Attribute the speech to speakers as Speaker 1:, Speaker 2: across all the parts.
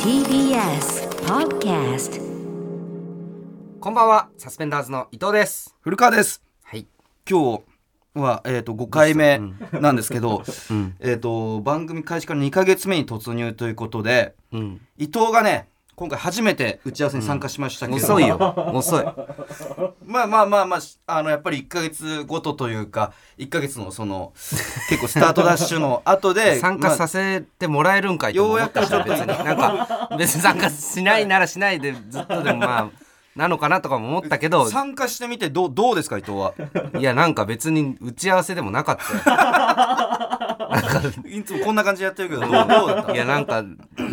Speaker 1: TBS Podcast
Speaker 2: こんばんは、サスペンダーズの伊藤です。
Speaker 3: 古川です
Speaker 2: はい。
Speaker 3: 今日は、えー、と5回目なんですけど、
Speaker 2: ん
Speaker 3: えー、と番組開始から2か月目に突入ということで
Speaker 2: うん。
Speaker 3: 伊藤がね今回初めて打ち合わせに参加しましたけど、
Speaker 2: 遅い よ。遅い。
Speaker 3: まあまあまあまあしあのやっぱり1か月ごとというか1か月の その結構スタートダッシュの後で
Speaker 2: 参加さ
Speaker 3: せ、
Speaker 2: せてもらえるんかいと思ったし
Speaker 3: ようやくちょ
Speaker 2: 別
Speaker 3: っと
Speaker 2: に。なんか、別に参加しないならしないで、ずっとでもまあ、なのかなとかも思ったけ
Speaker 3: まあ
Speaker 2: ど、
Speaker 3: 参加してみてどうどうですか伊藤 は
Speaker 2: いや、なんか別に打ち合わせでもなかったよ
Speaker 3: いつもこんな感じでやってるけどどうどうだった
Speaker 2: いや、なんか、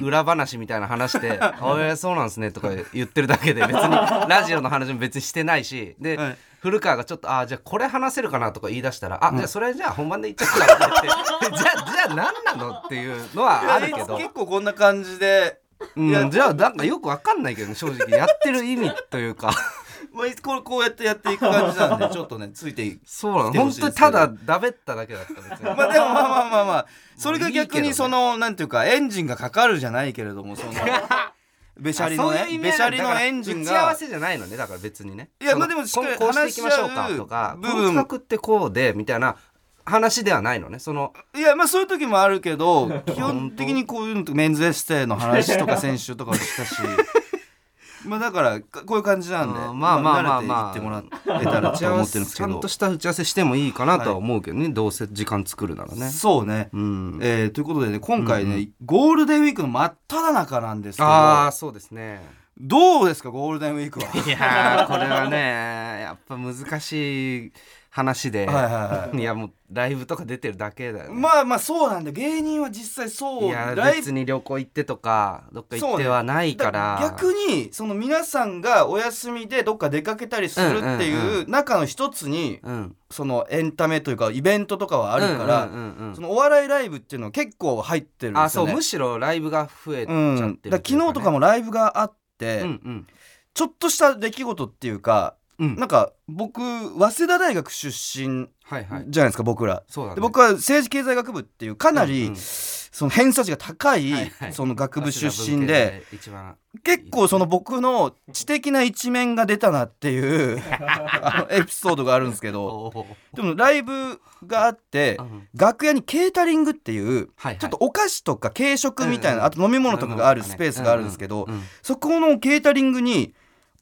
Speaker 2: 裏話みたいな話 して、あえそうなんすねとか言ってるだけで、別に、ラジオの話も別にしてないし、で、
Speaker 3: はい
Speaker 2: 古川がちょっと、あじゃあこれ話せるかなとか言い出したら、あ、じゃあそれじゃあ本番で言っちゃったらって言って、じ ゃあ、じゃあ何なのっていうのはあるけど。
Speaker 3: 結構こんな感じで
Speaker 2: うん、じゃあなんかよくわかんないけどね正直やってる意味というか
Speaker 3: まあ、いつこうこうやってやっていく感じなんでちょっとねついてい
Speaker 2: そうなの
Speaker 3: 来てほ
Speaker 2: 本
Speaker 3: しい
Speaker 2: 当
Speaker 3: で
Speaker 2: に
Speaker 3: すけ
Speaker 2: た
Speaker 3: ど
Speaker 2: だだべっただけだった 別に
Speaker 3: まあでもまあまあまあまあそれが
Speaker 2: いいけ
Speaker 3: 逆
Speaker 2: どね
Speaker 3: にそのなんていうかエンジンがかかるじゃないけれど もそのべしゃりの
Speaker 2: あそういう
Speaker 3: ね
Speaker 2: 意味合
Speaker 3: べ
Speaker 2: い
Speaker 3: し
Speaker 2: な
Speaker 3: ゃ
Speaker 2: んだ
Speaker 3: りのエンジン
Speaker 2: だから打ち合わ
Speaker 3: が
Speaker 2: せじゃないのねだから別にね
Speaker 3: いや
Speaker 2: その
Speaker 3: まあでもしっかり
Speaker 2: こんこうしていきましょうかとか
Speaker 3: 話し合う部
Speaker 2: こ
Speaker 3: 分
Speaker 2: の企画ってこうでみたいな話ではないのねその
Speaker 3: いやまあそういう時もある けど基本的にこういうのとメンズエステの話とか先週とかもした しまあだからこういう感じなんで
Speaker 2: うんまあまあまあまあ
Speaker 3: 慣れていってもらえたら
Speaker 2: 打ち
Speaker 3: と
Speaker 2: 合
Speaker 3: 思
Speaker 2: わ
Speaker 3: って
Speaker 2: せ
Speaker 3: るんです
Speaker 2: ち
Speaker 3: け
Speaker 2: ゃ
Speaker 3: ど
Speaker 2: んとした打ち合わせしてもいいかなとは思うけどね、どうせ時間作るならね
Speaker 3: そうね、
Speaker 2: うん
Speaker 3: えーということでね今回ね、ゴールデンウィークの真っ只中なんですけど
Speaker 2: ああそうですね
Speaker 3: どうですかゴールデンウィー クははい
Speaker 2: やーこれはねやっぱ難しい話で、
Speaker 3: いはいはい
Speaker 2: いやもうライブとか出てるだけだよね、
Speaker 3: まあまあそうなんだよ芸人は実際そう
Speaker 2: いや
Speaker 3: ライ
Speaker 2: 別に旅行行ってとかどっか行ってはないから
Speaker 3: だ逆にその皆さんがお休みでどっか出かけたりするっ
Speaker 2: う
Speaker 3: て
Speaker 2: んうん
Speaker 3: いう中の一つに
Speaker 2: うん、
Speaker 3: そのエンタメというかイベントとかはあるから、
Speaker 2: うんうんうんうん
Speaker 3: そのお笑いライブっていうのは結構入ってるん
Speaker 2: あ
Speaker 3: です
Speaker 2: そ
Speaker 3: よ
Speaker 2: う
Speaker 3: ね。
Speaker 2: むしろライブが増えちゃってる
Speaker 3: うん、
Speaker 2: という
Speaker 3: だから昨日とか
Speaker 2: ね
Speaker 3: もライブがあって、
Speaker 2: うんうん
Speaker 3: ちょっとした出来事っていうか、
Speaker 2: うん
Speaker 3: なんか僕早稲田大学出身
Speaker 2: はいはい
Speaker 3: じゃないですか僕ら。
Speaker 2: そうだね
Speaker 3: で僕は政治経済学部っていうかなり、
Speaker 2: うんうん
Speaker 3: その偏差値が高い、
Speaker 2: はいはい
Speaker 3: その学部
Speaker 2: 早
Speaker 3: 出
Speaker 2: 稲田
Speaker 3: 身
Speaker 2: 文系
Speaker 3: で
Speaker 2: 一番
Speaker 3: 結構その僕の知的な一面が出たなっていう あのエピソードがあるんですけど
Speaker 2: おー
Speaker 3: でもライブがあって
Speaker 2: うん
Speaker 3: 楽屋にケータリングっていう
Speaker 2: はいはい
Speaker 3: ちょっとお菓子とか軽食みたい
Speaker 2: うんうん
Speaker 3: なあと飲み物とかがあるスペースがあるんですけど
Speaker 2: うんうんうん
Speaker 3: そこのケータリングに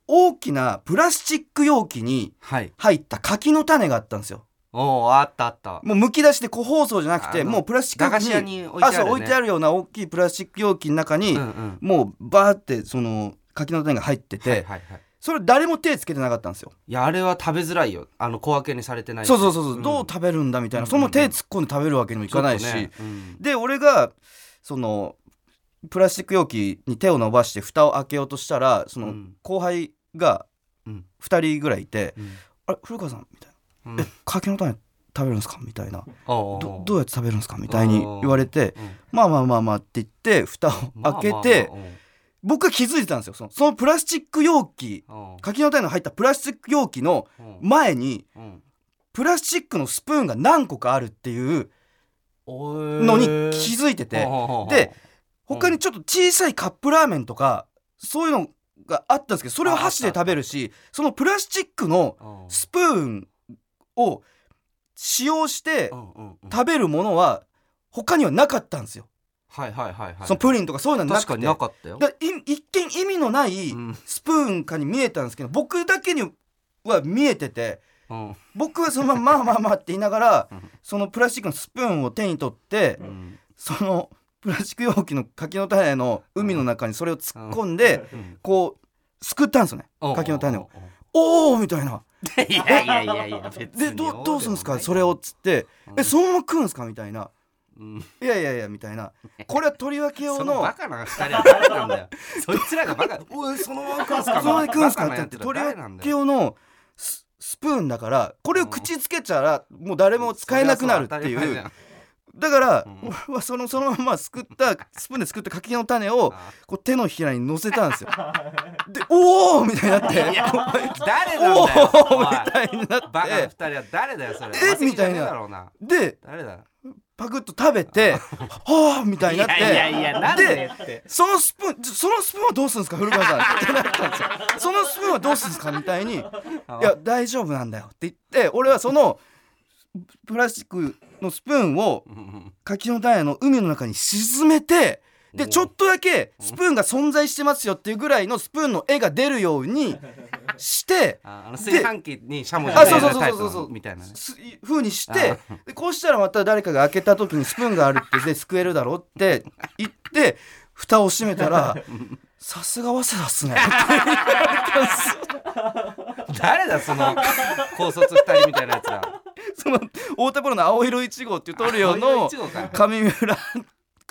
Speaker 3: 大きなプラスチック容器に
Speaker 2: はい
Speaker 3: 入った柿の種があったんですよ。
Speaker 2: おおあったあった
Speaker 3: もうむき出しで個包装じゃなくて
Speaker 2: あの
Speaker 3: もうプラスチック容器
Speaker 2: 駄菓子屋に置いてあるね
Speaker 3: あそう置いてあるような大きいプラスチック容器の中に、
Speaker 2: うんうん
Speaker 3: もうバーってその柿の種が入ってて、
Speaker 2: はいはいはい
Speaker 3: それ誰も手つけてなかったんですよ、
Speaker 2: いやあれは食べづらいよあの小分けにされてない
Speaker 3: そうそうそうそう、
Speaker 2: ん
Speaker 3: どう食べるんだみたいな、
Speaker 2: うん
Speaker 3: その手突っ込んで食べるわけにもいかないし、
Speaker 2: ちょっとねうん
Speaker 3: で俺がそのプラスチック容器に手を伸ばして蓋を開けようとしたらその、
Speaker 2: うん
Speaker 3: 後輩が
Speaker 2: うん
Speaker 3: 2人ぐらいいて
Speaker 2: うん
Speaker 3: 「あれ古川さん」みたいな
Speaker 2: う
Speaker 3: 「
Speaker 2: ん
Speaker 3: え柿の種食べるんですか?」みたいな
Speaker 2: お
Speaker 3: 「
Speaker 2: ー
Speaker 3: どどうやって食べるんですか?」みたいに言われて
Speaker 2: うん
Speaker 3: 「まあまあまあまあ」って言って蓋を
Speaker 2: まあ
Speaker 3: 開け
Speaker 2: まあ
Speaker 3: て
Speaker 2: まあ
Speaker 3: 僕が気づいてたんですよそのそのプラスチック容器
Speaker 2: うんうん
Speaker 3: 柿の種の入ったプラスチック容器の
Speaker 2: うん
Speaker 3: 前に
Speaker 2: うん
Speaker 3: プラスチックのスプーンが何個かあるっていうの
Speaker 2: の
Speaker 3: に気づいててで
Speaker 2: で
Speaker 3: 他にちょっと小さいカップラーメンとかそういうのがあったんですけどそれを箸で食べるしそのプラスチックのスプーンを使用して食べるものは他にはなかったんですよ。
Speaker 2: はいはいはいはい
Speaker 3: そのプリンとかそういうのは
Speaker 2: 確
Speaker 3: なく
Speaker 2: か
Speaker 3: て
Speaker 2: になかったよ
Speaker 3: だからい一見意味のない
Speaker 2: うん
Speaker 3: スプーンかに見えたんですけど僕だけには見えてて。
Speaker 2: うん
Speaker 3: 僕はそのまま「まあまあまあ」って言いながら
Speaker 2: うん
Speaker 3: そのプラスチックのスプーンを手に取って
Speaker 2: うん
Speaker 3: そのプラスチック容器の柿の種の海の中にそれを突っ込んで
Speaker 2: うん
Speaker 3: こうすくったんですよね柿の種を
Speaker 2: うん
Speaker 3: 「おお!」みたいな
Speaker 2: うんいやいやいやいや
Speaker 3: 「
Speaker 2: 別
Speaker 3: で
Speaker 2: に
Speaker 3: どどうするんですか
Speaker 2: ない
Speaker 3: それを」っつって
Speaker 2: う
Speaker 3: 「
Speaker 2: ん
Speaker 3: えそのまま食うんですか?」みたいな
Speaker 2: うん
Speaker 3: 「いやいやいや」みたい なこれはとりわけ用
Speaker 2: その
Speaker 3: の
Speaker 2: バカな二人は誰なんだよそいつらがバカおいそのまま食わす
Speaker 3: そ
Speaker 2: か
Speaker 3: のまま食うんですか
Speaker 2: バカな
Speaker 3: ってな
Speaker 2: や
Speaker 3: って
Speaker 2: つ
Speaker 3: と
Speaker 2: ら
Speaker 3: り
Speaker 2: 誰な
Speaker 3: わ
Speaker 2: んだ
Speaker 3: け
Speaker 2: よ
Speaker 3: 用のススプーンだからこれを口つけちゃらもう誰も使えなくなるってい
Speaker 2: そりゃそう当たり前じゃん
Speaker 3: だから、
Speaker 2: うん
Speaker 3: 俺はその そのまますくったスプーンですくった柿の種を
Speaker 2: あ
Speaker 3: こう手のひらに乗せた んですよ。で「おお!」みたいになって
Speaker 2: いや誰なん
Speaker 3: 「
Speaker 2: だ
Speaker 3: おお!」
Speaker 2: よ
Speaker 3: み
Speaker 2: おい
Speaker 3: たいにな
Speaker 2: バカな二
Speaker 3: って
Speaker 2: 人は誰だよそれ
Speaker 3: え
Speaker 2: マセキじゃね
Speaker 3: みたいな
Speaker 2: だろうな
Speaker 3: で
Speaker 2: 誰だ
Speaker 3: パクッと食 べてはあみたいになって
Speaker 2: いやいやいやなんでって
Speaker 3: そのスプーンちょそのスプーンはどうするんですか古川さんってなったんですよそのスプーンはどうするんですかみたいに「いや大丈夫なんだよ」って言って俺はそのプラスチックのスプーンを
Speaker 2: うんうん
Speaker 3: 柿の種の海の中に沈めて
Speaker 2: お
Speaker 3: で
Speaker 2: う
Speaker 3: ちょっとだけスプーンが存在してますよっていうぐらいのスプーンの絵が出るようにして
Speaker 2: ああの炊飯器にしゃもじ
Speaker 3: あそう
Speaker 2: 入れ
Speaker 3: そう
Speaker 2: る
Speaker 3: そう
Speaker 2: タイ
Speaker 3: そうそ
Speaker 2: プ
Speaker 3: う
Speaker 2: のみたいなね
Speaker 3: す風にしてでこうしたらまた誰かが開けた時にスプーンがあるってで救えるだろうって言って蓋を閉めたら「さすが早稲田っす ね」
Speaker 2: 誰だその高卒二人みたいなやつら
Speaker 3: その太田プロの青色1号っていうトリオ
Speaker 2: 青色
Speaker 3: の
Speaker 2: 一号か
Speaker 3: 上村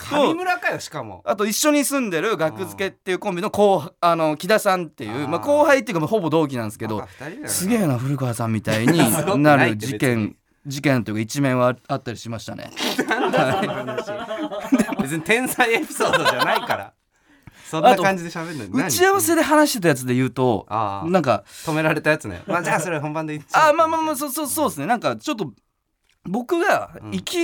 Speaker 2: 上村かよしかも
Speaker 3: あと一緒に住んでる学付けっていうコンビの後あの木田さんっていう
Speaker 2: あー
Speaker 3: まあ、後輩っていうかまあほぼ同期なんですけど
Speaker 2: あ二人だよ
Speaker 3: すげえな古川さんみた いに
Speaker 2: すごく
Speaker 3: な
Speaker 2: ないっ
Speaker 3: る
Speaker 2: て
Speaker 3: 事件事件というか一面はあったりしましたね。
Speaker 2: 別に天才エピソードじゃないからそんな感じで喋るのに何
Speaker 3: 打ち合わせで話してたやつで言うと
Speaker 2: あー
Speaker 3: なんか
Speaker 2: 止められたやつねまあじゃあそれ本番で言っちゃ
Speaker 3: あ
Speaker 2: う
Speaker 3: ーまあまあまあそうそうそうですねなんかちょっと僕が生き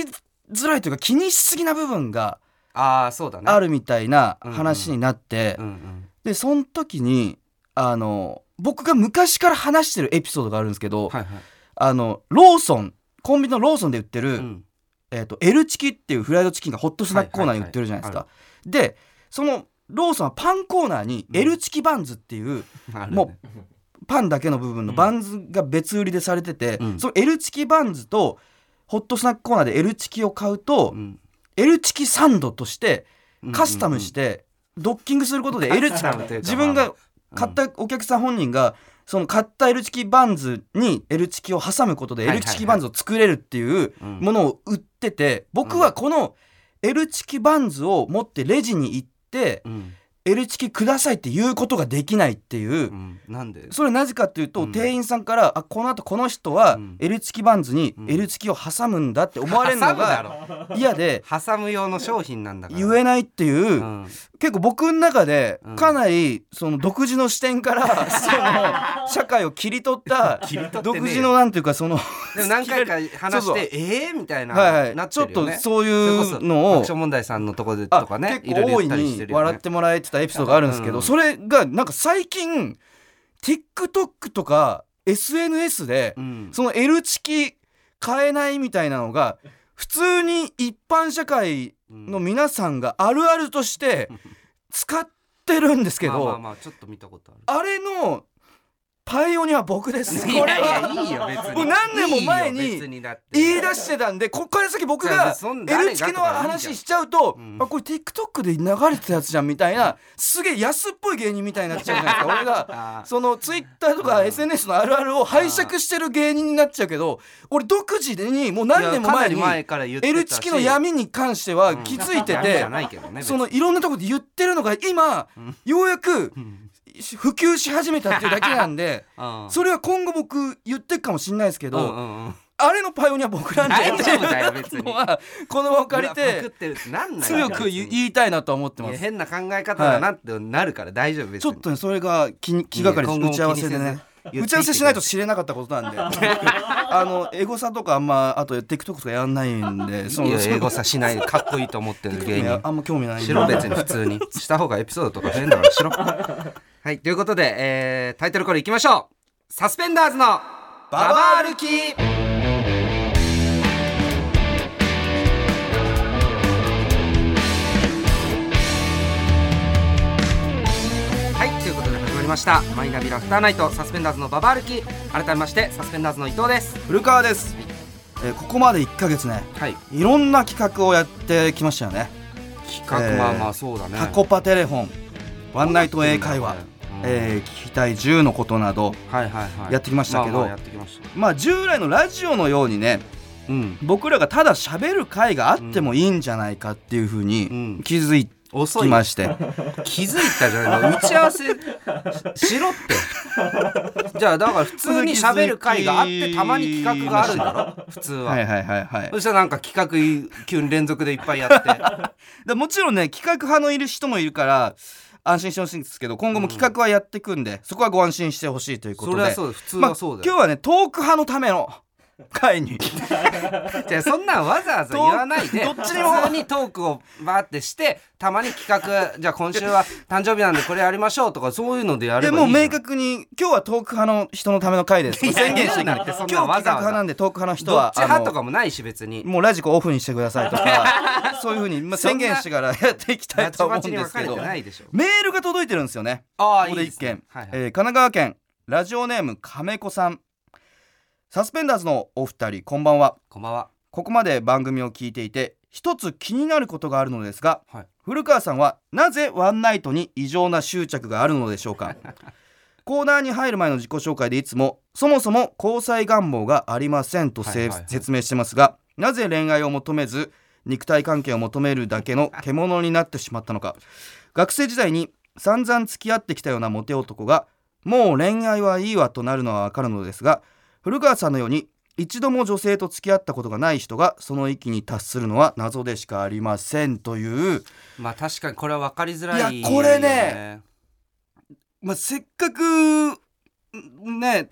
Speaker 3: づらいというか気にしすぎな部分が
Speaker 2: ああそうだね
Speaker 3: あるみたいな話になって
Speaker 2: うんうん
Speaker 3: でその時にあの僕が昔から話してるエピソードがあるんですけど、
Speaker 2: はいはい
Speaker 3: あのローソンコンビニのローソンで売ってる、
Speaker 2: うん
Speaker 3: えー、と L チキっていうフライドチキンがホットスナックコーナーに売ってるじゃないですか、
Speaker 2: は
Speaker 3: でそのローソンはパンコーナーに
Speaker 2: うん
Speaker 3: L チキバンズっていう、
Speaker 2: あるね
Speaker 3: もうパンだけの部分の
Speaker 2: うん
Speaker 3: バンズが別売りでされてて、
Speaker 2: うん
Speaker 3: その L チキバンズとホットスナックコーナーで L チキを買うと、
Speaker 2: うん
Speaker 3: L チキサンドとして
Speaker 2: うん
Speaker 3: カスタムしてドッキングすることで L
Speaker 2: カ
Speaker 3: チ
Speaker 2: ス
Speaker 3: キ
Speaker 2: タムというか
Speaker 3: 自分が買ったお客さん本人がその買った L チキバンズに L チキを挟むことで
Speaker 2: はいはい
Speaker 3: L
Speaker 2: はい
Speaker 3: チキバンズを作れるっていう
Speaker 2: うん
Speaker 3: ものを売ってて僕はこの L チキバンズを持ってレジに行って
Speaker 2: うん、
Speaker 3: L チキくださいって言うことができないっていう
Speaker 2: うん、なんで
Speaker 3: それなぜかっていう
Speaker 2: う
Speaker 3: と
Speaker 2: ん
Speaker 3: 店員さんからあこの後この人は
Speaker 2: うん
Speaker 3: L チキバンズに
Speaker 2: うん
Speaker 3: L チキを挟むんだって思われるのが
Speaker 2: 挟むだろ
Speaker 3: 嫌で
Speaker 2: 挟む用の商品なんだから
Speaker 3: 言えないっていううん結構僕の中で
Speaker 2: うん
Speaker 3: かなりその独自の視点から その社会を切り取った
Speaker 2: 切り取ってね
Speaker 3: 独自のなんていうかその
Speaker 2: でも何回か話
Speaker 3: そ
Speaker 2: し
Speaker 3: うそ
Speaker 2: て
Speaker 3: う
Speaker 2: ええみたいな、
Speaker 3: はいは
Speaker 2: ないっ
Speaker 3: ち
Speaker 2: て
Speaker 3: ょ
Speaker 2: る
Speaker 3: っ
Speaker 2: よ
Speaker 3: と
Speaker 2: ね
Speaker 3: そうい
Speaker 2: それこそ
Speaker 3: うの
Speaker 2: 爆
Speaker 3: を
Speaker 2: 笑問題さんのとこで
Speaker 3: あ
Speaker 2: とかね
Speaker 3: 結構大いに笑ってもらえてたエピソードがあるんですけど、
Speaker 2: うん
Speaker 3: それがなんか最近 TikTok とか SNS で、
Speaker 2: うん
Speaker 3: その L チキ買えないみたいなのが普通に一般社会の皆さんがあるあるとして使ってるんですけど、
Speaker 2: まあまあまあちょっと見たことある
Speaker 3: あれのパイオニアは僕です。こ
Speaker 2: い
Speaker 3: れ
Speaker 2: やいや
Speaker 3: はい
Speaker 2: いよ別に
Speaker 3: もう何年も前に
Speaker 2: いいよ別にだって
Speaker 3: 言い出してたんでここから先僕
Speaker 2: いや
Speaker 3: が
Speaker 2: そんな
Speaker 3: L チキの話しちゃうと、
Speaker 2: うん
Speaker 3: あこれ TikTok で流れてたやつじゃんみたいなすげえ安っぽい芸人みたいになっちゃ うじゃないですか俺が
Speaker 2: あー
Speaker 3: その Twitter とか SNS のあるあるを拝借してる芸人になっちゃうけど俺独自でにもう何年も
Speaker 2: いや
Speaker 3: 前
Speaker 2: かなり
Speaker 3: に
Speaker 2: 前から言ってたし
Speaker 3: L チキの闇に関しては気づいて
Speaker 2: 闇じ
Speaker 3: て
Speaker 2: ゃないけどね別に
Speaker 3: そのいろんなとこで言ってるのが今
Speaker 2: ん
Speaker 3: ようやく
Speaker 2: うん
Speaker 3: 普及し始めたっていうだけなんで。
Speaker 2: うん
Speaker 3: それは今後僕言ってくかもしれないですけど、
Speaker 2: うんうんうん
Speaker 3: あれのパイオニア僕なんで
Speaker 2: 大丈夫だよ 別に
Speaker 3: のはこの場を借り
Speaker 2: うわパクっててるってなんない
Speaker 3: 強く言い言いたいなとは思ってま
Speaker 2: いや
Speaker 3: す
Speaker 2: 変な考え方だなってなるから大丈夫別に
Speaker 3: ちょっとねそれが気に気がかりです
Speaker 2: いや今後も
Speaker 3: 打ち合わせでね
Speaker 2: 気にせず言っていってください
Speaker 3: 打ち合わせしないと知れなかったことなん であのエゴサとかあんまあと TikTok とかやんないんで
Speaker 2: いいよ
Speaker 3: そ
Speaker 2: 英語さしないかっこいいと思ってる芸人
Speaker 3: あんま興味ないん
Speaker 2: し
Speaker 3: で
Speaker 2: ろ別に普通にした方がエピソードとか増えんだからしろはいということで、えータイトルコールいきましょうサスペンダーズのババア歩きはいということで始まりましたマイナビラフターナイトサスペンダーズのババア歩き改めましてサスペンダーズの伊藤です
Speaker 3: 古川です、えーここまで1ヶ月ね
Speaker 2: はい
Speaker 3: いろんな企画をやってきましたよね
Speaker 2: 企画、
Speaker 3: えー
Speaker 2: まあまあそうだね
Speaker 3: タコパテレフォンワンナイト英会話、
Speaker 2: うん
Speaker 3: えー聞きたい10のことなど
Speaker 2: はいはいはい
Speaker 3: やってきましたけど
Speaker 2: まあまあやってきました
Speaker 3: まあ従来のラジオのようにね
Speaker 2: うん
Speaker 3: 僕らがただ喋る回があってもいいんじゃないかっていうふう
Speaker 2: うん
Speaker 3: に気づい
Speaker 2: 遅
Speaker 3: き
Speaker 2: い
Speaker 3: まして、
Speaker 2: 気づいたじゃないの打ち合わせししろ ってじゃあだから普通に喋る回があってたまに企画があるんだろ普通は、
Speaker 3: はいはいはいはい
Speaker 2: そしたらなんか企画急に連続でいっぱいやって
Speaker 3: でもちろんね企画派のいる人もいるから安心してほしいんですけど今後も企画はや っていくんで、そこはご安心してほしいということ
Speaker 2: そ
Speaker 3: で
Speaker 2: れはそうだ普通
Speaker 3: まあ
Speaker 2: はそうだ
Speaker 3: 今日
Speaker 2: よ、
Speaker 3: はねトーク派のための会 に
Speaker 2: じゃあそんなんわざわざ言わないで
Speaker 3: どどっちにも
Speaker 2: 普通にトークをバーってしてたまに企画じゃあ今週は誕生日なんでこれやりましょうとかそういうのでや
Speaker 3: で
Speaker 2: ればいいじ
Speaker 3: も
Speaker 2: ゃ
Speaker 3: うん明確に今日はトーク派の人のための会ですとか
Speaker 2: いや
Speaker 3: 宣言してい
Speaker 2: 言うなっ
Speaker 3: かない
Speaker 2: てそ
Speaker 3: 今
Speaker 2: ん
Speaker 3: 日
Speaker 2: なわざわざ
Speaker 3: 企画派なんでトーク派の人
Speaker 2: どっ
Speaker 3: は
Speaker 2: ち派と
Speaker 3: あ
Speaker 2: かもないし別に
Speaker 3: のもうラジコオフにしてください とかそういうふうにまあ宣言してからやっていきたい
Speaker 2: バチ
Speaker 3: と思う
Speaker 2: バ
Speaker 3: ん
Speaker 2: チに
Speaker 3: で
Speaker 2: 分
Speaker 3: す
Speaker 2: か
Speaker 3: け
Speaker 2: れ
Speaker 3: ど
Speaker 2: てないでしょ
Speaker 3: メールが届いてるんですよね
Speaker 2: ああ
Speaker 3: ここで一件
Speaker 2: はいはい
Speaker 3: えー神奈川県ラジオネーム亀子さんサスペンダーズのお二人こんばんは
Speaker 2: こんばんは
Speaker 3: ここまで番組を聞いていて一つ気になることがあるのですが、
Speaker 2: はい
Speaker 3: 古川さんはなぜワンナイトに異常な執着があるのでしょ うかコーナーに入る前の自己紹介でいつもそもそも交際願望がありませんとせ、
Speaker 2: はいはいはい
Speaker 3: 説明してますがなぜ恋愛を求めず肉体関係を求めるだけの獣になってしまったのか学生時代に散々付き合ってきたようなモテ男がもう恋愛はいいわとなるのはわかるのですが古川さんのように一度も女性と付き合ったことがない人がその域に達するのは謎でしかありませんという、
Speaker 2: まあ確かにこれは分かりづらいよ、
Speaker 3: いやこれねまあ、せっかくんね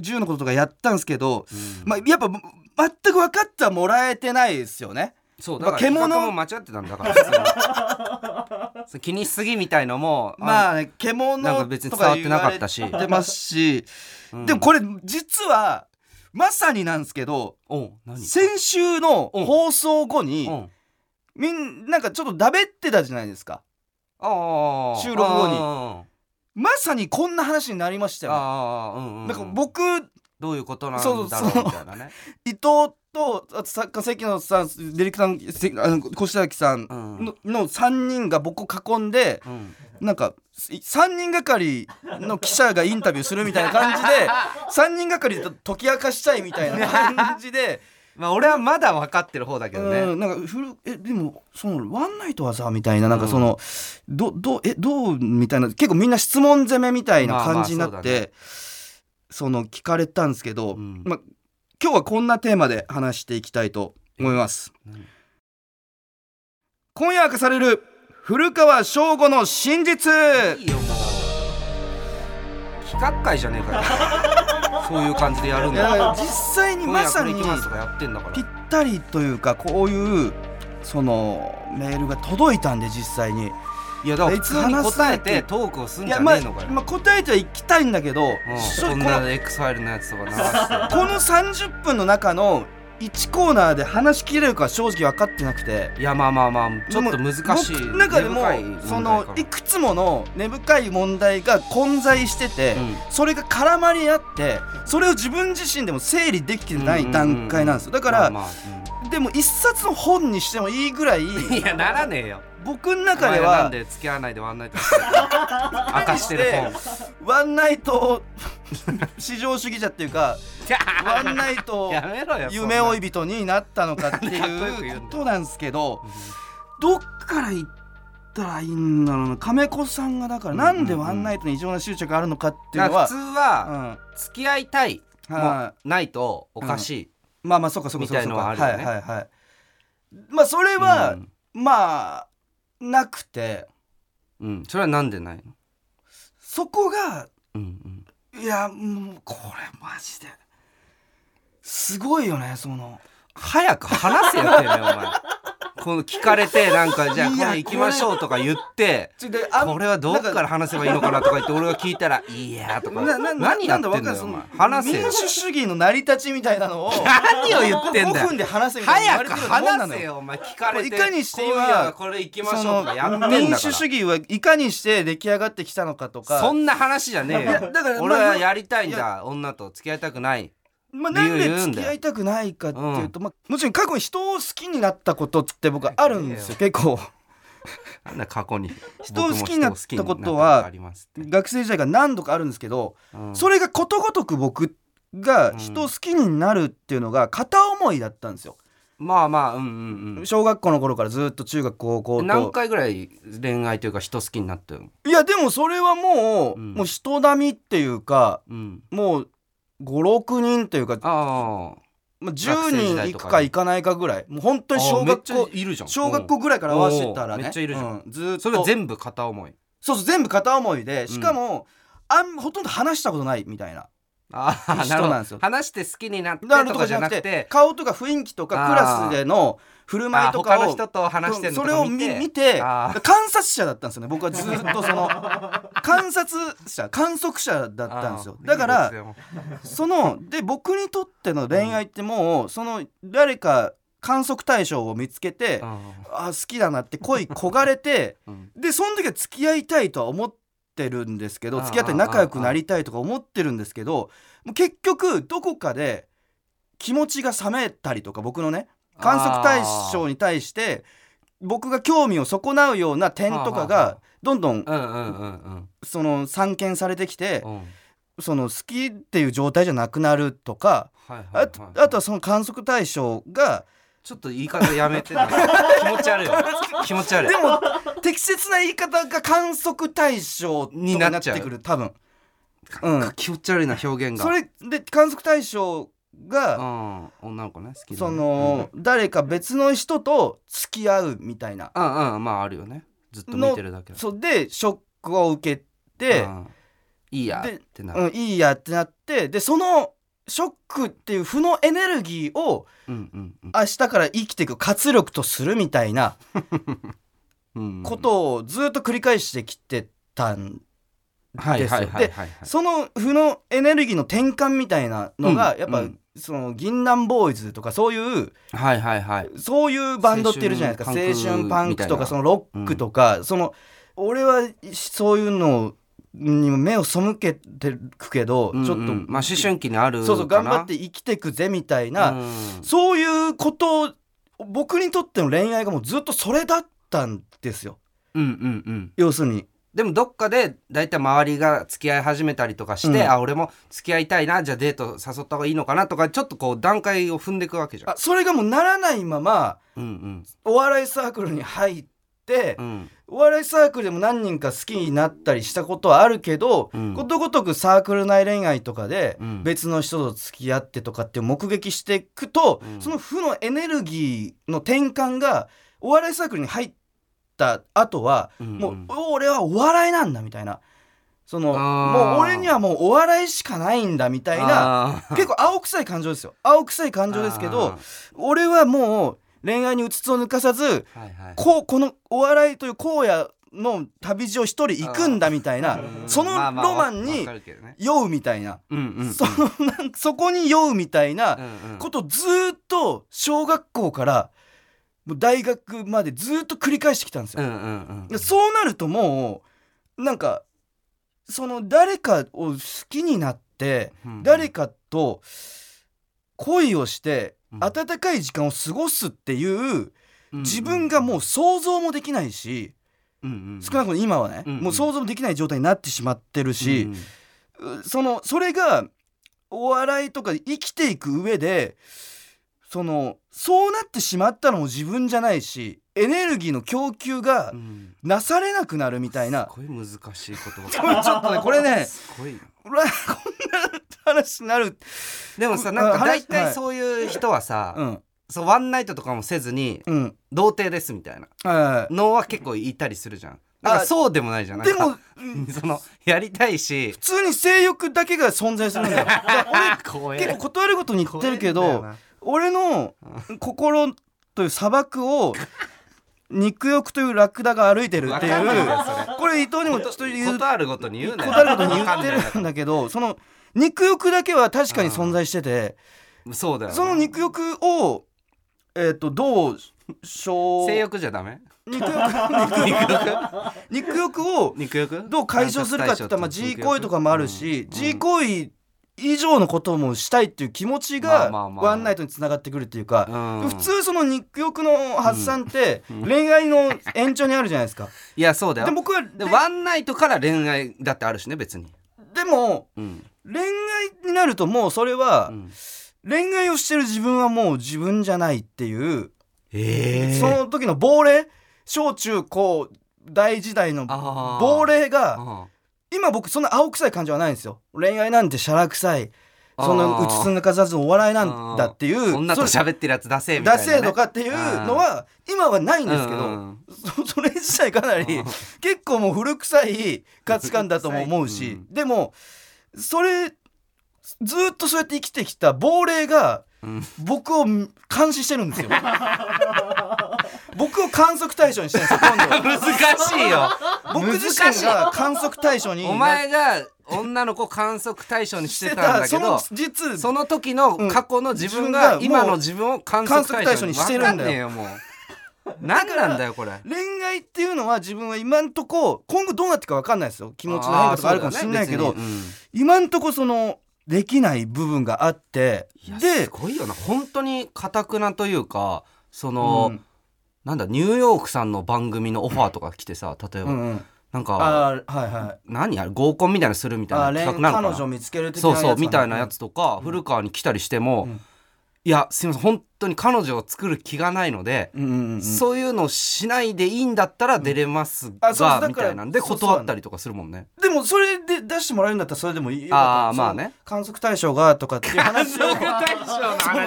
Speaker 3: 銃のこととかやったんですけど、
Speaker 2: うん
Speaker 3: まあ、やっぱ全く分かってはもらえてないですよね。
Speaker 2: そうだ
Speaker 3: まあ
Speaker 2: から
Speaker 3: 獣
Speaker 2: 獣も間違ってたんだから普通にそう 気にしすぎみたいのも
Speaker 3: ま
Speaker 2: あ
Speaker 3: あ、ね、獣
Speaker 2: なんか別に伝わってなかったし
Speaker 3: とか言われてますし、
Speaker 2: うん
Speaker 3: でもこれ実はまさになんですけど
Speaker 2: おう何
Speaker 3: 先週の
Speaker 2: うん
Speaker 3: 放送後に、
Speaker 2: うん
Speaker 3: みんなんかちょっとだべってたじゃないですか
Speaker 2: ああ
Speaker 3: 収録後に
Speaker 2: に
Speaker 3: まさにこんな話になりましたよね、
Speaker 2: ああうんうんうん
Speaker 3: なんか僕
Speaker 2: どういうことなんだ
Speaker 3: そう
Speaker 2: ろ
Speaker 3: そう
Speaker 2: うみたいなね
Speaker 3: 伊藤とあと作家関野さんディレクターのせあの越崎さん
Speaker 2: うん
Speaker 3: の,、の3人が僕を囲んで
Speaker 2: うん
Speaker 3: なんか3人がかりの記者がインタビューするみたいな感じで3人がかりで解き明かしたいみたいな感じで、
Speaker 2: まあ俺はまだ分かってる方だけど
Speaker 3: う
Speaker 2: ね
Speaker 3: んなんかふるえでもそのワンナイトはさみたいななんかその、どどうえどうみたいな結構みんな質問攻めみたいな感じになって、
Speaker 2: まあまあそうだ
Speaker 3: その聞かれたんですけど、
Speaker 2: うん
Speaker 3: まあ、今日はこんなテーマで話していきたいと思います。
Speaker 2: うん
Speaker 3: 今夜明かされる古川翔吾の真実
Speaker 2: いいよもう企画会じゃねえか よそういう感じでやるん
Speaker 3: いやだか
Speaker 2: だ
Speaker 3: ら実際にまさに
Speaker 2: 今夜これ行きますとかやってんだから
Speaker 3: ぴったりというかこういうそのメールが届いたんで実際に。
Speaker 2: いやだから
Speaker 3: い
Speaker 2: 普
Speaker 3: つ
Speaker 2: 通に答え
Speaker 3: 話すんだ
Speaker 2: て
Speaker 3: っけ
Speaker 2: トークをすん
Speaker 3: い
Speaker 2: じゃ
Speaker 3: や
Speaker 2: ね
Speaker 3: まあ
Speaker 2: えのかよ、
Speaker 3: まあ、答えてはいきたいんだけど、
Speaker 2: うん、
Speaker 3: そ
Speaker 2: そん
Speaker 3: この
Speaker 2: な X ファイルのやつとか流して
Speaker 3: この30分の中の1コーナーで話しきれるか正直分かってなくて
Speaker 2: いやまあまあまあちょっと難しい
Speaker 3: 僕中でも
Speaker 2: 根深い問題
Speaker 3: その
Speaker 2: から
Speaker 3: いくつもの根深い問題が混在してて、
Speaker 2: うん
Speaker 3: それが絡まり合ってそれを自分自身でも整理できてな
Speaker 2: うん
Speaker 3: い
Speaker 2: うんうんうん
Speaker 3: 段階なんですよだから、
Speaker 2: まあまあ
Speaker 3: でも一冊の本にしてもいいぐらい
Speaker 2: うんいやならねえよ
Speaker 3: 僕の中で
Speaker 2: お前がなん
Speaker 3: は
Speaker 2: で付き合わないでワンナイトしてるか明かして る本
Speaker 3: ワンナイト 至上主義者っていうかワンナイト
Speaker 2: やめろよそんな
Speaker 3: 夢追い人になったのかってい
Speaker 2: かっこよく言う
Speaker 3: うんこ
Speaker 2: だ
Speaker 3: となんですけど どっから行ったらいいんだろうな亀子さんがだからなんで
Speaker 2: うんうんうん
Speaker 3: ワンナイトに異常な執着があるのかっていう
Speaker 2: だか
Speaker 3: の
Speaker 2: ら
Speaker 3: は
Speaker 2: 普通は
Speaker 3: う
Speaker 2: 付き合いたい
Speaker 3: ん
Speaker 2: も
Speaker 3: は
Speaker 2: ないとおかしい、
Speaker 3: いまあまあそうかそうかそうか
Speaker 2: みたい
Speaker 3: そ
Speaker 2: の
Speaker 3: うか
Speaker 2: はあ
Speaker 3: はい
Speaker 2: るよね
Speaker 3: はいはいまあそれは
Speaker 2: うん
Speaker 3: まあなくて
Speaker 2: うん、それはなんでないの、
Speaker 3: そこが
Speaker 2: うん
Speaker 3: いやもうこれマジですごいよねその
Speaker 2: 早く話せよってめえお前この聞かれてなんかじゃあ
Speaker 3: いや
Speaker 2: 今行きましょうとか言って
Speaker 3: ちょであ
Speaker 2: これはどっから話せばいいのかなとか言って俺が聞いたら「いや」とか
Speaker 3: なな
Speaker 2: 何やってん
Speaker 3: なん
Speaker 2: だ
Speaker 3: だ
Speaker 2: よお前
Speaker 3: わかんない
Speaker 2: 話せ
Speaker 3: その
Speaker 2: よ
Speaker 3: 民主主義の成り立ちみたいなのを
Speaker 2: 何を言ってんだ
Speaker 3: 5
Speaker 2: よ
Speaker 3: 分で話せみたいな
Speaker 2: 早
Speaker 3: 言
Speaker 2: く
Speaker 3: われてるようなもんな
Speaker 2: 話
Speaker 3: の
Speaker 2: せよお前聞かれて
Speaker 3: いかにして今
Speaker 2: 今夜はこれ行きましょうとかやってんだから
Speaker 3: 民主主義はいかにして出来上がってきたのかとか
Speaker 2: そんな話じゃねえ
Speaker 3: いや
Speaker 2: よ
Speaker 3: だから
Speaker 2: 俺
Speaker 3: ま
Speaker 2: は
Speaker 3: あ
Speaker 2: やりたいんだ女と付き合いたくない
Speaker 3: まあ、
Speaker 2: 理
Speaker 3: な
Speaker 2: 由
Speaker 3: ん
Speaker 2: 言
Speaker 3: で
Speaker 2: うんだよ
Speaker 3: 付き合いたくないかっていうと、まあ、もちろん過去に人を好きになったことって僕あるんですよ結構
Speaker 2: なんだ過去に
Speaker 3: 人を好きになったこ
Speaker 2: 僕も
Speaker 3: と
Speaker 2: 人を好きになったこと
Speaker 3: は
Speaker 2: ありますって
Speaker 3: 学生時代が何度かあるんですけど、
Speaker 2: うん
Speaker 3: それがことごとく僕が人を好きになるっていうのが片思いだったんですよ、
Speaker 2: まあまあうんうん
Speaker 3: 小学校の頃からずっと中学高校
Speaker 2: う
Speaker 3: と
Speaker 2: ん何回ぐらい恋愛というか人好きになったの
Speaker 3: いやでもそれはもう、
Speaker 2: うん
Speaker 3: もう人並みっていうか
Speaker 2: うん
Speaker 3: もう56人というか、
Speaker 2: ああ
Speaker 3: まあ、
Speaker 2: 学生時
Speaker 3: 10
Speaker 2: 代とか
Speaker 3: 人行く
Speaker 2: ね
Speaker 3: か行かないかぐらいもう本当に小
Speaker 2: めっ
Speaker 3: 学
Speaker 2: ちゃ
Speaker 3: 校
Speaker 2: いるじゃん
Speaker 3: 小学校ぐらいから合わせてたら
Speaker 2: おー
Speaker 3: ね
Speaker 2: めっちゃいるじゃん
Speaker 3: うんずーっ
Speaker 2: うん
Speaker 3: と
Speaker 2: それ全部片思い
Speaker 3: そうそう全部片思いでしかも、あんほとんど話したことないみたいな
Speaker 2: ああなる
Speaker 3: 人
Speaker 2: ほ
Speaker 3: なんですよ
Speaker 2: ど話して好きになって
Speaker 3: なる
Speaker 2: と
Speaker 3: と
Speaker 2: か
Speaker 3: か
Speaker 2: じ
Speaker 3: じ
Speaker 2: ゃ
Speaker 3: ゃ
Speaker 2: な
Speaker 3: な
Speaker 2: くて
Speaker 3: くて顔とか雰囲気とかクラスでの振る舞
Speaker 2: あ
Speaker 3: い
Speaker 2: ー
Speaker 3: とか
Speaker 2: 他
Speaker 3: を
Speaker 2: の人と話してる
Speaker 3: それを見見て観察者だったんですよね僕はずっとその 観察者観測者だったんですよだからそので僕にとっての恋愛ってもうその誰か観測対象を見つけてあー好きだなって恋焦がれて でその時は付き合いたいとは思ってるんですけど
Speaker 2: あー
Speaker 3: 付き合って仲良くなりたいとか思ってるんですけどもう結局どこかで気持ちが冷めたりとか僕のね観測対象に対して僕が興味を損なうような点と
Speaker 2: あーあー
Speaker 3: か
Speaker 2: あー
Speaker 3: がどんど
Speaker 2: う
Speaker 3: ん
Speaker 2: んうんうんうん
Speaker 3: その散見されてきて
Speaker 2: うん
Speaker 3: その好きっていう状態じゃなくなるとか
Speaker 2: はいはいはい
Speaker 3: あとあとはその観測対象が
Speaker 2: ちょっと言い方やめてなんか気持ち悪いわ気持ち悪い
Speaker 3: でも適切な言い方が観測対象に
Speaker 2: に
Speaker 3: な
Speaker 2: なっ
Speaker 3: っ
Speaker 2: ちゃう
Speaker 3: てくる多分。うん、
Speaker 2: 気持ち悪いな表現が
Speaker 3: それで観測対象
Speaker 2: う
Speaker 3: が
Speaker 2: ん女の子ね好きだね
Speaker 3: その誰か別の人と付き合うみたいな
Speaker 2: うんうんうんまああるよねずっと見てるだけだ
Speaker 3: それでショックを受けて
Speaker 2: う、んいいや
Speaker 3: で
Speaker 2: ってな
Speaker 3: う
Speaker 2: る
Speaker 3: ん、いいやってなってでそのショックっていう負のエネルギーを
Speaker 2: うんうんうん
Speaker 3: 明日から生きていく活力とするみたいな
Speaker 2: うん
Speaker 3: ことをずっと繰り返してきてたん
Speaker 2: はいはいはいはい
Speaker 3: その負のエネルギーの転換みたいなのが、
Speaker 2: うん
Speaker 3: やっぱ、
Speaker 2: うん
Speaker 3: その銀杏ボーイズとかそういう
Speaker 2: はいはいはい
Speaker 3: そういうバンドっているじゃないですか青
Speaker 2: 青
Speaker 3: 春
Speaker 2: 春
Speaker 3: パ
Speaker 2: パ
Speaker 3: ン
Speaker 2: ンクみ
Speaker 3: ク
Speaker 2: たいな
Speaker 3: とかそのロックとか、その俺はそういうのにも目を背けてるけど、
Speaker 2: うんうん
Speaker 3: ちょっ
Speaker 2: ま
Speaker 3: と、
Speaker 2: あ思春期にある
Speaker 3: そうそう
Speaker 2: か
Speaker 3: 頑
Speaker 2: な
Speaker 3: 張って生きてくぜみたいな、
Speaker 2: うん
Speaker 3: そういうことを僕にとっての恋愛がもうずっとそれだったんですよ
Speaker 2: うんうんうん
Speaker 3: 要するに。
Speaker 2: でもどっかで大体周りが付き合い始めたりとかして、
Speaker 3: うん
Speaker 2: あ俺も付き合いたいなじゃあデート誘った方がいいのかなとかちょっとこう段階を踏んでいくわけじゃん
Speaker 3: あ。それがもうならないまま
Speaker 2: うん
Speaker 3: お笑いサークルに入って
Speaker 2: う、ん
Speaker 3: お笑いサークルでも何人か好きになったりしたことはあるけど、
Speaker 2: うん
Speaker 3: ことごとくサークル内恋愛とかで
Speaker 2: うん
Speaker 3: 別の人と付き合ってとかって目撃していくと、
Speaker 2: うん
Speaker 3: その負のエネルギーの転換がお笑いサークルに入った後は、
Speaker 2: うん
Speaker 3: もう
Speaker 2: うん
Speaker 3: 俺はお笑いなんだみたいなその
Speaker 2: あー
Speaker 3: もう俺にはもうお笑いしかないんだみたいな
Speaker 2: あー
Speaker 3: 結構青臭い感情ですよ青臭い感情ですけど
Speaker 2: あー
Speaker 3: 俺はもう恋愛にうつつを抜かさず
Speaker 2: はいはい
Speaker 3: こうこのお笑いという荒野の旅路を一人行くんだみたいな
Speaker 2: うん
Speaker 3: その
Speaker 2: まあまあ
Speaker 3: ロマン
Speaker 2: わ
Speaker 3: に
Speaker 2: かるけどね
Speaker 3: 酔うみたいな、
Speaker 2: うんうんうん
Speaker 3: そのなんかそこに酔うみたいな
Speaker 2: うんうん
Speaker 3: ことずーっと小学校からもう大学までずーっと繰り返してきたんです
Speaker 2: う
Speaker 3: よ。
Speaker 2: んうんうん
Speaker 3: でそうなるともうなんかその誰かを好きになって
Speaker 2: うん
Speaker 3: 誰かと恋をして
Speaker 2: うん
Speaker 3: 温かい時間を過ごすっていう
Speaker 2: うんうん
Speaker 3: 自分がもう想像もできないし
Speaker 2: うんうんうん
Speaker 3: 少なくとも今はね、
Speaker 2: うんうん
Speaker 3: もう想像もできない状態になってしまってる
Speaker 2: う
Speaker 3: し
Speaker 2: ん、
Speaker 3: うそのそれがお笑いとか生きていく上でそのそうなってしまったのも自分じゃないしエネルギーの供給が
Speaker 2: うん
Speaker 3: なされなくなるみたいな
Speaker 2: す、ごい難しいこと
Speaker 3: これちょ っとねこれね
Speaker 2: すごいな
Speaker 3: 俺はこんな話になる、
Speaker 2: でもさなん
Speaker 3: あ
Speaker 2: か
Speaker 3: 話
Speaker 2: 大
Speaker 3: はい
Speaker 2: 体そういう人はさ、
Speaker 3: うん
Speaker 2: そうワンナイトとかもせずに
Speaker 3: うん
Speaker 2: 童貞ですみたいな
Speaker 3: はい
Speaker 2: のは結構いたりするじゃんなんかそうでもないじゃんなん
Speaker 3: で
Speaker 2: か
Speaker 3: も
Speaker 2: そのやりたいし
Speaker 3: 普通に性欲だけが存在するん だよだから
Speaker 2: 怖
Speaker 3: 俺
Speaker 2: え
Speaker 3: 結構断ることに言ってるけ
Speaker 2: 怖えん
Speaker 3: ど
Speaker 2: だよな
Speaker 3: 俺の心という砂漠を肉欲というラクダが歩いてるってい
Speaker 2: わかんないうよそれ
Speaker 3: これ伊藤にもちょっと言う
Speaker 2: ことあるごとに言うなよ
Speaker 3: 断ることに言ってるんだけどその肉欲だけは確かに存在してて
Speaker 2: そうだよな
Speaker 3: その肉欲をえっとどう消
Speaker 2: 性欲じゃダメ
Speaker 3: 肉欲
Speaker 2: 肉欲
Speaker 3: 肉欲を
Speaker 2: 肉欲
Speaker 3: どう解消するかって言ったらまあ G 行為とかもあるし G 行為以上のこともしたいっていう気持ち
Speaker 2: ま
Speaker 3: が
Speaker 2: あまあまあ
Speaker 3: ワンナイトにつながってくるっていうか
Speaker 2: うん
Speaker 3: 普通その肉欲の発散って恋愛の延長にあるじゃないですか。
Speaker 2: いや そうだよ
Speaker 3: で僕は
Speaker 2: で
Speaker 3: で
Speaker 2: ワンナイトから恋愛だってあるしね別に
Speaker 3: でも
Speaker 2: うん
Speaker 3: 恋愛になるともうそれは、
Speaker 2: うん
Speaker 3: 恋愛をしてる自分はもう自分じゃないっていう、
Speaker 2: ええ
Speaker 3: その時の亡霊小中高大時代の
Speaker 2: あー
Speaker 3: 亡霊が
Speaker 2: あ
Speaker 3: 今僕そんな青臭い感じはないんですよ。恋愛なんてシャラ臭い
Speaker 2: あー
Speaker 3: そのうつつ抜かさずお笑いなんだってい
Speaker 2: あ
Speaker 3: う
Speaker 2: 女と喋ってるやつ出せみたい
Speaker 3: ダ
Speaker 2: なね
Speaker 3: セーとかっていうのは今はないんですけど、
Speaker 2: うんうん
Speaker 3: そ それ自体かなり
Speaker 2: うん
Speaker 3: 結 構もう古臭い価値観だとも思うし、
Speaker 2: 古臭い
Speaker 3: でもそれずーっとそうやって生きてきた亡霊が
Speaker 2: うん
Speaker 3: 僕を監視してるんですよ僕を観測対象にしてるんですよ今度
Speaker 2: 難しいよ
Speaker 3: 僕自身が観測対象に
Speaker 2: お前が女の子観測対象にしてたんだけ
Speaker 3: そ
Speaker 2: ど
Speaker 3: の実
Speaker 2: その時の過去の自分
Speaker 3: う
Speaker 2: が
Speaker 3: ん自分が
Speaker 2: 今の自分を観測対象に
Speaker 3: 観測対象にし
Speaker 2: わ
Speaker 3: てる
Speaker 2: か
Speaker 3: ん
Speaker 2: ん
Speaker 3: だよ
Speaker 2: ねえよもう何なんだよこれ
Speaker 3: 恋愛っていうのは自分は今んとこ今後どうなっていくか分かんないですよ気持ちの変化とかあるかもしれないけ
Speaker 2: あー
Speaker 3: ど、
Speaker 2: そうだよね別
Speaker 3: 今んとこそのできない部分があって
Speaker 2: にうんいや
Speaker 3: です
Speaker 2: ごいよな本当にかたくなというかそうの、
Speaker 3: ん
Speaker 2: なんだニューヨークさんの番組のオファーとか来てさ例えば、
Speaker 3: うんうん
Speaker 2: なんか
Speaker 3: あーはいはい
Speaker 2: 何あれ合コンみたいなのするみたい
Speaker 3: あ
Speaker 2: な
Speaker 3: ー
Speaker 2: 企画
Speaker 3: 恋
Speaker 2: なのかな
Speaker 3: 彼女見つける的な
Speaker 2: そ
Speaker 3: や
Speaker 2: う
Speaker 3: つ
Speaker 2: そうみたいなやつとか、古川に来たりしても、
Speaker 3: うん
Speaker 2: いやすいません本当に彼女を作る気がないので、
Speaker 3: うんうんうん
Speaker 2: そういうのしないでいいんだったら出れます
Speaker 3: あそうそ
Speaker 2: が、
Speaker 3: うだから
Speaker 2: みたいなんで
Speaker 3: そうそう
Speaker 2: 断ったりとかするもん ね。
Speaker 3: でもそれで出してもらえるんだったらそれでもいいよ
Speaker 2: あー
Speaker 3: その
Speaker 2: まあね
Speaker 3: 観測対象がとかっていう 話を その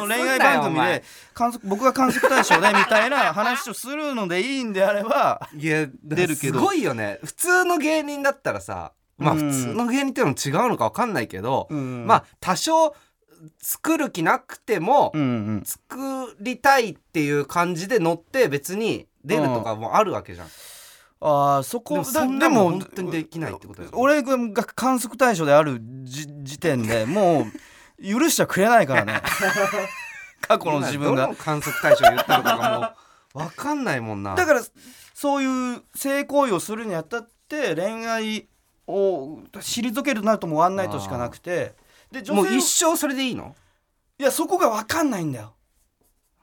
Speaker 3: 恋愛番組で観測僕が観測対象でみたいな話をするのでいいんであれば
Speaker 2: いや
Speaker 3: 出るけど
Speaker 2: すごいよね普通の芸人だったらさまあ
Speaker 3: うん
Speaker 2: 普通の芸人っていうのも違うのか分かんないけど、
Speaker 3: うん
Speaker 2: まあ多少作る気なくても、
Speaker 3: うんうん
Speaker 2: 作りたいっていう感じで乗って別に出るとかもあるわけじゃん、
Speaker 3: あーそ
Speaker 2: で
Speaker 3: こ
Speaker 2: もそんなもん本当にできないってことですよね
Speaker 3: 俺が観測対象であるじ時点でもう許しちゃくれないか らね過去の自分
Speaker 2: ど
Speaker 3: が
Speaker 2: の観測対象言ったのかが もう分かんないもんな
Speaker 3: だからそういう性行為をするにあたって恋愛を退けるとなるともうワンナイトしかなくてで女性
Speaker 2: も
Speaker 3: を
Speaker 2: う一生それでいいの
Speaker 3: いやそこが分かんないんだよ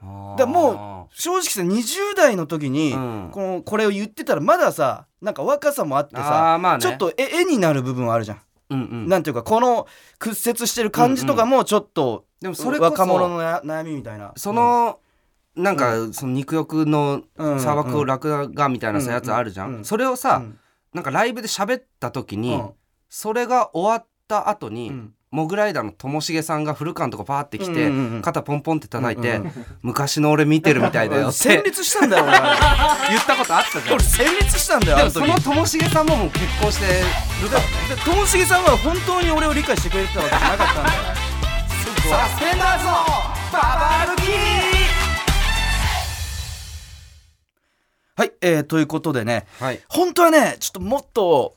Speaker 2: だ
Speaker 3: だからも正直さ20代の時に、
Speaker 2: うん
Speaker 3: このこれを言ってたらまださなんか若さもあってさ
Speaker 2: あーまあね
Speaker 3: ちょっと絵絵になる部分はあるじゃん、
Speaker 2: う、うんうん、
Speaker 3: なんていうかこの屈折してる感じとかもちょっと、
Speaker 2: でもそれこそ
Speaker 3: 若者のな悩みみたいな
Speaker 2: そ、の、なんかその肉欲の
Speaker 3: うん
Speaker 2: 砂漠を
Speaker 3: うん
Speaker 2: 落書がみたいなさやつあるじゃん、
Speaker 3: うんうん
Speaker 2: それを
Speaker 3: う
Speaker 2: さ、
Speaker 3: ん
Speaker 2: なんかライブで喋った時に、
Speaker 3: うん
Speaker 2: それが終わった後に、
Speaker 3: うん
Speaker 2: モグライダーのともしげさんが古川のとこパーって来て、
Speaker 3: うんうんうん
Speaker 2: 肩ポンポンって叩いて、
Speaker 3: うんうん
Speaker 2: 昔の俺見てるみたいだよ
Speaker 3: 俺
Speaker 2: っ
Speaker 3: 戦
Speaker 2: て
Speaker 3: 慄したんだよ俺
Speaker 2: 言ったことあったじゃん
Speaker 3: 俺戦慄したんだよあ
Speaker 2: でも
Speaker 3: の時
Speaker 2: そのともしげさんももう結婚してるから
Speaker 3: でともしげさんは本当に俺を理解してくれてたわけじゃなかった んだよ
Speaker 2: サスペンダーズのババ歩き
Speaker 3: はい、えー、ということでね
Speaker 2: はい
Speaker 3: 本当はねちょっともっと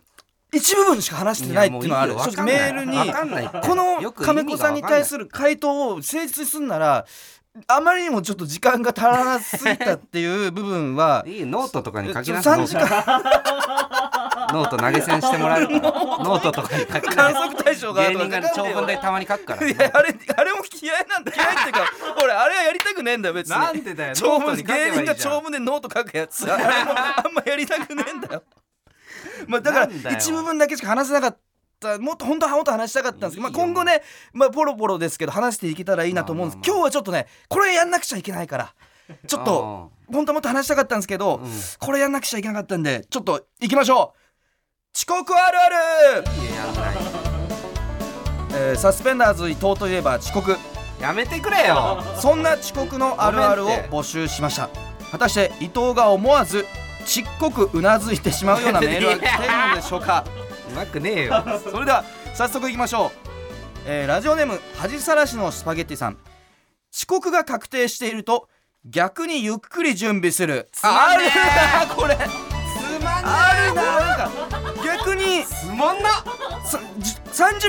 Speaker 3: 一部分しか話してないっていうのはある
Speaker 2: いやもういいよ
Speaker 3: 正直メールに
Speaker 2: わかんないわかんないって
Speaker 3: こ
Speaker 2: よ
Speaker 3: の
Speaker 2: く意味がわかんな
Speaker 3: 亀
Speaker 2: い
Speaker 3: 子さんに対する回答を誠実にすんならあまりにもちょっと時間が足らなすぎたっていう部分は
Speaker 2: いいノートとかに書きなさい
Speaker 3: 3時間
Speaker 2: ノート投げ銭しても らうからノートとかに書き
Speaker 3: 観
Speaker 2: なさ
Speaker 3: 測対象が
Speaker 2: い芸人が長文でたまに書くから
Speaker 3: いやあれあれも嫌いなんだ嫌 いっていうか俺あれはやりたくねえんだよ別に
Speaker 2: なんでだよノ
Speaker 3: 長
Speaker 2: ート
Speaker 3: 文
Speaker 2: に書けばいい
Speaker 3: 芸
Speaker 2: じゃ
Speaker 3: 人
Speaker 2: ん
Speaker 3: が長文でノート書くやつあれもあんまやりたくねえんだ よまあだか
Speaker 2: なんだ
Speaker 3: ら
Speaker 2: よ
Speaker 3: 一部分だけしか話せなかったもっと本当はもっと話したかったんですけど、まあ、
Speaker 2: いいよ
Speaker 3: 今後ね、まあ、ポロポロですけど話していけたらいいなと思うんです、
Speaker 2: まあまあまあ
Speaker 3: 今日はちょっとねこれやんなくちゃいけないからちょっと本当はもっと話したかったんですけど、
Speaker 2: うん
Speaker 3: これやんなくちゃいけなかったんでちょっと行きましょう遅刻あるある
Speaker 2: いややんない
Speaker 3: えーサスペンダーズ伊藤といえば遅刻
Speaker 2: やめてくれよ
Speaker 3: そんな遅刻のあるあるを
Speaker 2: ごめんって
Speaker 3: 募集しました果たして伊藤が思わずちっこくうなずいてしまうようなメールは来ているのでしょうか
Speaker 2: うまくねえよあ
Speaker 3: それでは早速いきましょう、えーラジオネーム恥さらしのスパゲッティさん遅刻が確定していると逆にゆっくり準備する
Speaker 2: まんねえ
Speaker 3: あるなこれ
Speaker 2: つまん
Speaker 3: ある
Speaker 2: な
Speaker 3: ないなんか逆に
Speaker 2: つまんな
Speaker 3: さじ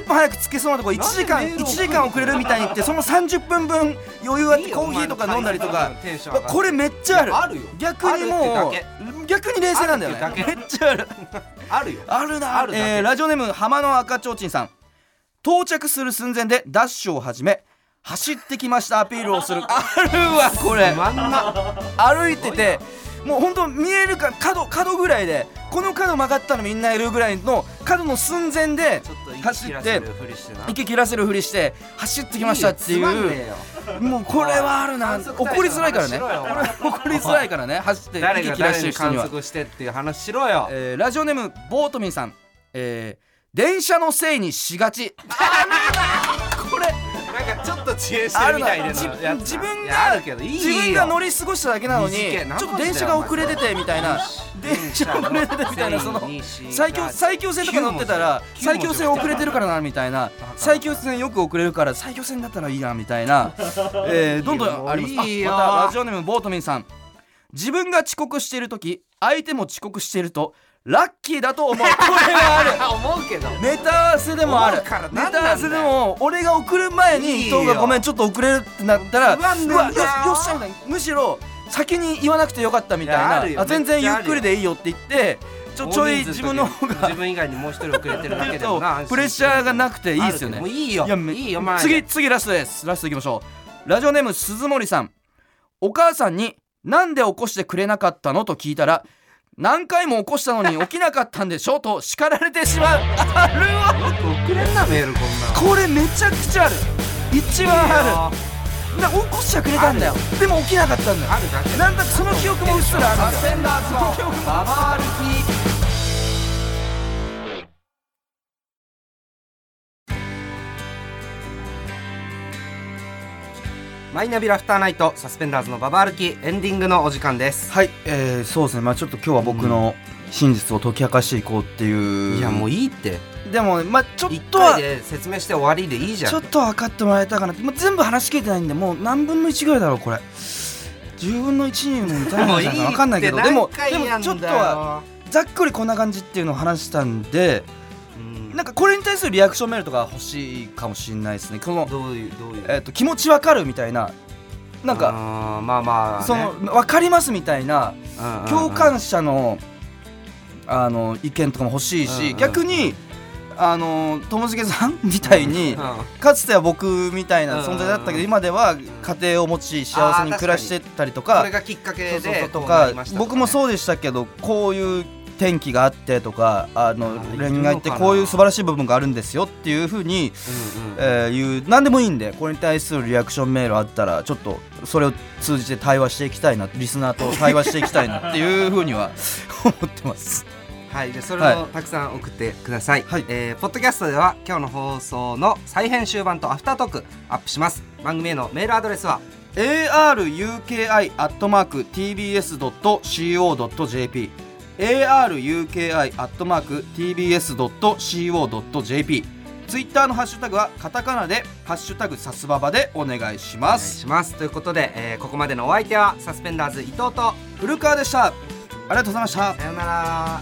Speaker 3: 30分早く着けそうなとこ1時
Speaker 2: な
Speaker 3: 間
Speaker 2: んでメール
Speaker 3: 1
Speaker 2: 送る
Speaker 3: 時間遅れるみたいに言ってその30分分余裕あってコーヒーとか飲んだりとか
Speaker 2: テンション上
Speaker 3: まあ
Speaker 2: がる
Speaker 3: これめっちゃある
Speaker 2: あるよ
Speaker 3: 逆に
Speaker 2: ある
Speaker 3: も
Speaker 2: って
Speaker 3: う逆に冷静なんだよね
Speaker 2: あるってだ
Speaker 3: め
Speaker 2: け
Speaker 3: っちゃある
Speaker 2: あるよ
Speaker 3: あるな
Speaker 2: あるだけ
Speaker 3: えーラジオネーム浜の赤ちょうちんさん到着する寸前でダッシュを始め走ってきましたアピールをするあるわこれ
Speaker 2: つまんな
Speaker 3: 歩いててもう本当見えるか角角ぐらいでこの角曲がったらみんないるぐらいの角の寸前で
Speaker 2: ちょっと息
Speaker 3: 走
Speaker 2: 切ら
Speaker 3: っ
Speaker 2: せ
Speaker 3: て
Speaker 2: るふりしてな
Speaker 3: 息切らせるふりして走ってきましたってい
Speaker 2: つまんね
Speaker 3: う
Speaker 2: えよ
Speaker 3: もうこれはあるな
Speaker 2: 観測対象
Speaker 3: 怒りづらいから
Speaker 2: の
Speaker 3: ね
Speaker 2: 話しろよ
Speaker 3: 怒りづらいからね走って
Speaker 2: 誰
Speaker 3: 息
Speaker 2: が
Speaker 3: 切らし
Speaker 2: 誰
Speaker 3: て
Speaker 2: に
Speaker 3: る人
Speaker 2: 観
Speaker 3: には
Speaker 2: 測してっていう話しろよ
Speaker 3: えーラジオネームボートミンさん、えー電車のせいにしがちこれ
Speaker 2: なんかちょっと遅延してるみたいで
Speaker 3: あるのよ
Speaker 2: やつ
Speaker 3: 自分
Speaker 2: い
Speaker 3: が
Speaker 2: やあるけどいいよ
Speaker 3: 自分が乗り過ごしただけなのに
Speaker 2: いいよ
Speaker 3: ちょっと電車が遅れててみたいな電車が遅れててみたいなその最強最強線とか乗ってたら最強線遅れてるからなみたいな最強線よく遅れるから最強線だったらいいなみた いな、えーどんどんあります
Speaker 2: いいよ
Speaker 3: あまたラジオネームボートミンさん自分が遅刻している時相手も遅刻しているとラッキーだと思うこれは ある
Speaker 2: あ思うけど
Speaker 3: ネタ合わせでもある
Speaker 2: 思うから
Speaker 3: ネ
Speaker 2: 何なんだ
Speaker 3: タ合
Speaker 2: よ
Speaker 3: わせでも俺が送る前に伊
Speaker 2: いいよ
Speaker 3: 藤が「ごめんちょっと遅れる」ってなったら
Speaker 2: 不安
Speaker 3: う
Speaker 2: な
Speaker 3: わ
Speaker 2: ん
Speaker 3: よ
Speaker 2: だよ
Speaker 3: よっしゃみたいなむしろ先に言わなくてよかったみたい
Speaker 2: いや
Speaker 3: な
Speaker 2: あるよ
Speaker 3: あ全然
Speaker 2: め
Speaker 3: ゆ
Speaker 2: っちゃあ
Speaker 3: っ
Speaker 2: るよ
Speaker 3: くりでいいよって言ってちょちょい自分の方が
Speaker 2: 自分以外にもう一人遅れてるだけで
Speaker 3: そ
Speaker 2: も
Speaker 3: う
Speaker 2: な安心する
Speaker 3: プレッシャーがなくていいですよね
Speaker 2: あるけどもういいよ
Speaker 3: いやめ
Speaker 2: いいよ前
Speaker 3: 次次ラストですラストいきましょうラジオネーム鈴森さんお母さんに「なんで起こしてくれなかったの?」と聞いたら「何回も起こしたのに起きなかったんでしょ?」と叱られてしまうあるわ
Speaker 2: 遅れんなメールこんな
Speaker 3: これめちゃくちゃある一番あるだから起こしちゃくれたんだよでも起きなかったんだよ
Speaker 2: あるだけ
Speaker 3: なんだその記憶もうっすらあるんだよ
Speaker 2: ダーズのババ歩きマイナビラフターナイトサスペンダーズのババ歩きエンディングのお時間です
Speaker 3: はい、えー、そうですねまあちょっと今日は僕の真実を解き明かしていこうっていう
Speaker 2: いやもう
Speaker 3: う
Speaker 2: いいって
Speaker 3: でもまあちょっ
Speaker 2: 一
Speaker 3: とは
Speaker 2: 回で説明して終わりでいいじゃん
Speaker 3: ちょっと分かってもらえたかなってもう全部話しきれてないんでもう何分の1ぐらいだろうこれ10分の1にも満たないんじゃないかな分かんないけどでもでもちょっとはざっくりこんな感じっていうのを話したんでなんかこれに対するリアクションメールとか欲しいかもしれないですねこの
Speaker 2: どういうどういう
Speaker 3: えっと気持ちわかるみたいななんか
Speaker 2: かまあまあ
Speaker 3: そのわかりますみたいな共感者のあの意見とかも欲しい
Speaker 2: うんうんう
Speaker 3: し
Speaker 2: ん
Speaker 3: 逆にあのともしげさんみたいにかつては僕みたいな存在だった
Speaker 2: うんう
Speaker 3: け
Speaker 2: んう
Speaker 3: ど
Speaker 2: ん
Speaker 3: 今では家庭を持ち幸せに暮らしてたりと
Speaker 2: こ
Speaker 3: か
Speaker 2: れがきっか
Speaker 3: そ
Speaker 2: け
Speaker 3: うそうそ
Speaker 2: で
Speaker 3: うと
Speaker 2: こうな
Speaker 3: か
Speaker 2: りました
Speaker 3: 僕も
Speaker 2: う
Speaker 3: そうでしたけどこういう天気があってとかあの
Speaker 2: あー
Speaker 3: 恋愛っ
Speaker 2: いるのか
Speaker 3: て
Speaker 2: な
Speaker 3: こういう素晴らしい部分があるんですよっていうふうに
Speaker 2: うんうん
Speaker 3: えー、いう何でもいいんでこれに対するリアクションメールあったらちょっとそれを通じて対話していきたいなリスナーと対話していきたいなっていうふうには 思ってます
Speaker 2: はい、でそれを
Speaker 3: は
Speaker 2: たくさん送ってください、
Speaker 3: はい
Speaker 2: えーポッドキャストでは今日の放送の再編集版とアフタートークアップします番組へのメールアドレスは
Speaker 3: aruki.tbs.co.jp aruki.tbs.co.jp ツイッターのハッシュタグはカタカナで「ハッシュタグさすばば」でお願いし
Speaker 2: お
Speaker 3: ま
Speaker 2: 願い
Speaker 3: す
Speaker 2: しますということで、えーここまでのお相手はサスペンダーズ伊藤と
Speaker 3: 古川でしたありがとうございました
Speaker 2: さようなら